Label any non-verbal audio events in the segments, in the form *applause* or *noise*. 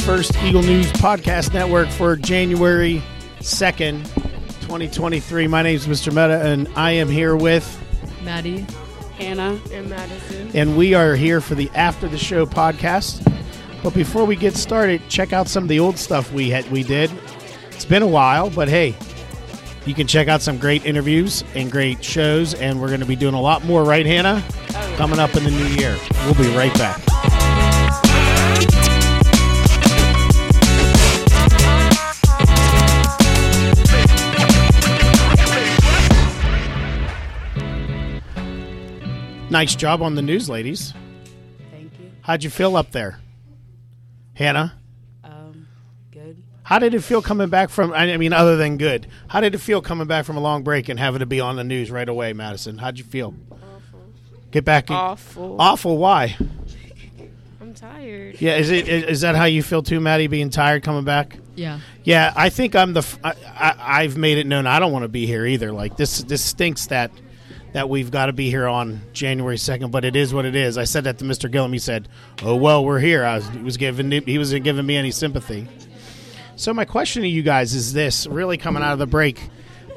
First Eagle News Podcast Network for January 2nd, 2023. My name is Mr. Meta, and I am here with, Maddie. Hannah. in Madison. and we are here for the After the Show podcast. But before we get started, check out some of the old stuff we had we did. It's been a while, but hey, you can check out some great interviews and great shows, and we're going to be doing a lot more, right, Hannah? Coming up in the new year. We'll be right back. Nice job on the news, ladies. Thank you. How'd you feel up there, Hannah? Um, good. How did it feel coming back from? I I mean, other than good, how did it feel coming back from a long break and having to be on the news right away, Madison? How'd you feel? Get back. in- Awful. Awful. Why? I'm tired. Yeah. Is it? Is is that how you feel too, Maddie? Being tired coming back? Yeah. Yeah. I think I'm the. f- I, I, have made it known I don't want to be here either. Like this. This stinks that that we've got to be here on January second. But it is what it is. I said that to Mr. Gillum. He said, "Oh well, we're here." I was, he was giving. He wasn't giving me any sympathy. So my question to you guys is this: really coming out of the break,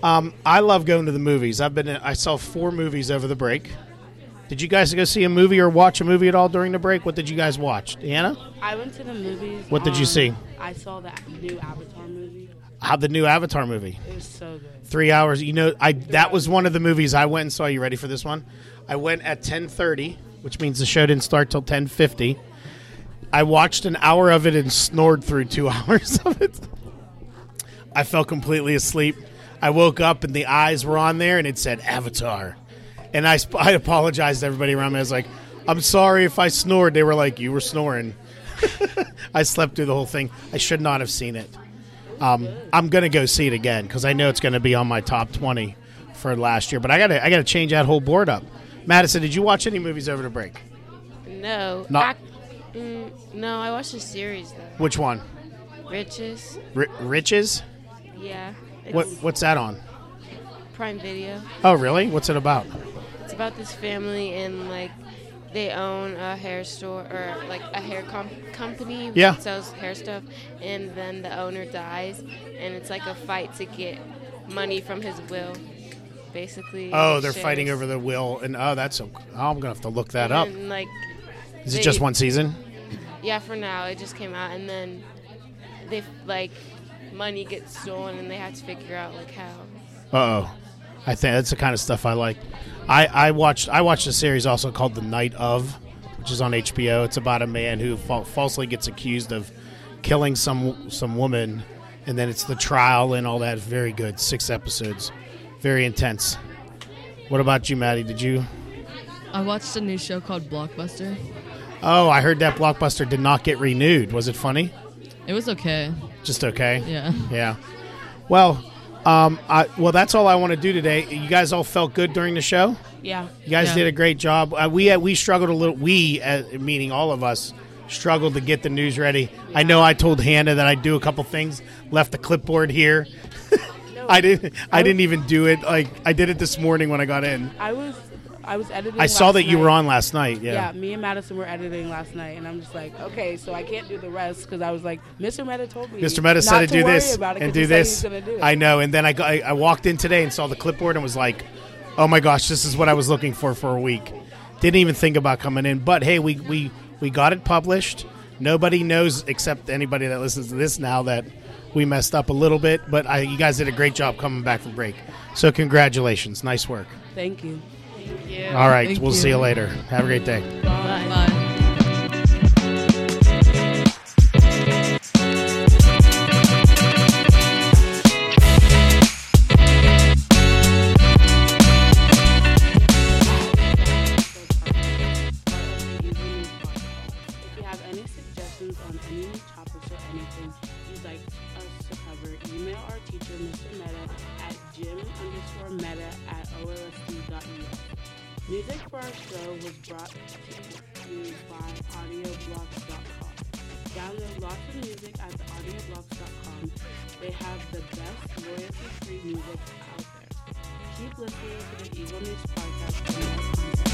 um, I love going to the movies. I've been I saw four movies over the break. Did you guys go see a movie or watch a movie at all during the break? What did you guys watch, Anna? I went to the movies. What did you on- see? I saw that new Avatar movie. How the new Avatar movie? It was so good. Three hours. You know, I that was one of the movies I went and saw. You ready for this one? I went at ten thirty, which means the show didn't start till ten fifty. I watched an hour of it and snored through two *laughs* hours of it. I fell completely asleep. I woke up and the eyes were on there and it said Avatar. And I, sp- I apologized to everybody around me. I was like, I'm sorry if I snored. They were like, You were snoring. *laughs* I slept through the whole thing. I should not have seen it. Um, I'm going to go see it again because I know it's going to be on my top 20 for last year. But I got to I gotta change that whole board up. Madison, did you watch any movies over the break? No. Not- I, mm, no, I watched a series though. Which one? Riches. R- Riches? Yeah. It's What, what's that on? Prime Video. Oh, really? What's it about? It's about this family and like they own a hair store or like a hair com- company Yeah. that sells hair stuff and then the owner dies and it's like a fight to get money from his will basically Oh, they're fighting over the will, and oh, that's a, I'm gonna have to look that up. and, like Is it they- just one season? Yeah, for now it just came out, and then they like money gets stolen, and they have to figure out like how. Uh oh, I think that's the kind of stuff I like. I I watched I watched a series also called The Night of, which is on HBO. It's about a man who fa- falsely gets accused of killing some some woman, and then it's the trial and all that. Very good, six episodes, very intense. What about you, Maddie? Did you? I watched a new show called Blockbuster. Oh, I heard that blockbuster did not get renewed. Was it funny? It was okay. Just okay. Yeah. Yeah. Well, um, I, well, that's all I want to do today. You guys all felt good during the show. Yeah. You guys Yeah. did a great job. Uh, we uh, we struggled a little. We, uh, meaning all of us, struggled to get the news ready. I know I told Hannah that I'd do a couple things. Left the clipboard here. *laughs* I didn't. I didn't even do it. Like I did it this morning when I got in. I was I was editing. I saw last that you were night. on last night. Yeah. Yeah. me and Madison were editing last night, and I'm just like, okay, so I can't do the rest because I was like, Mr. Meta told me. Mr. Meta not said to do worry this about it and 'cause do he said he this. was gonna do it. I know. And then I, got, I I walked in today and saw the clipboard and was like, oh my gosh, this is what I was looking for for a week. Didn't even think about coming in. But hey, we we we got it published. Nobody knows except anybody that listens to this now that we messed up a little bit. But I, you guys did a great job coming back from break. So congratulations, nice work. Thank you. All right, Thank we'll you. see you later. Have a great day. Bye. If you have any suggestions on any new topics or anything you'd like us to cover, email our teacher, Mr. Meta, at jim underscore meta at olsd.us. E Music for our show was brought to you by audioblocks.com. Download lots of music at the audioblocks.com. They have the best royalty-free music out there. Keep listening to the Eagle News podcast for more content.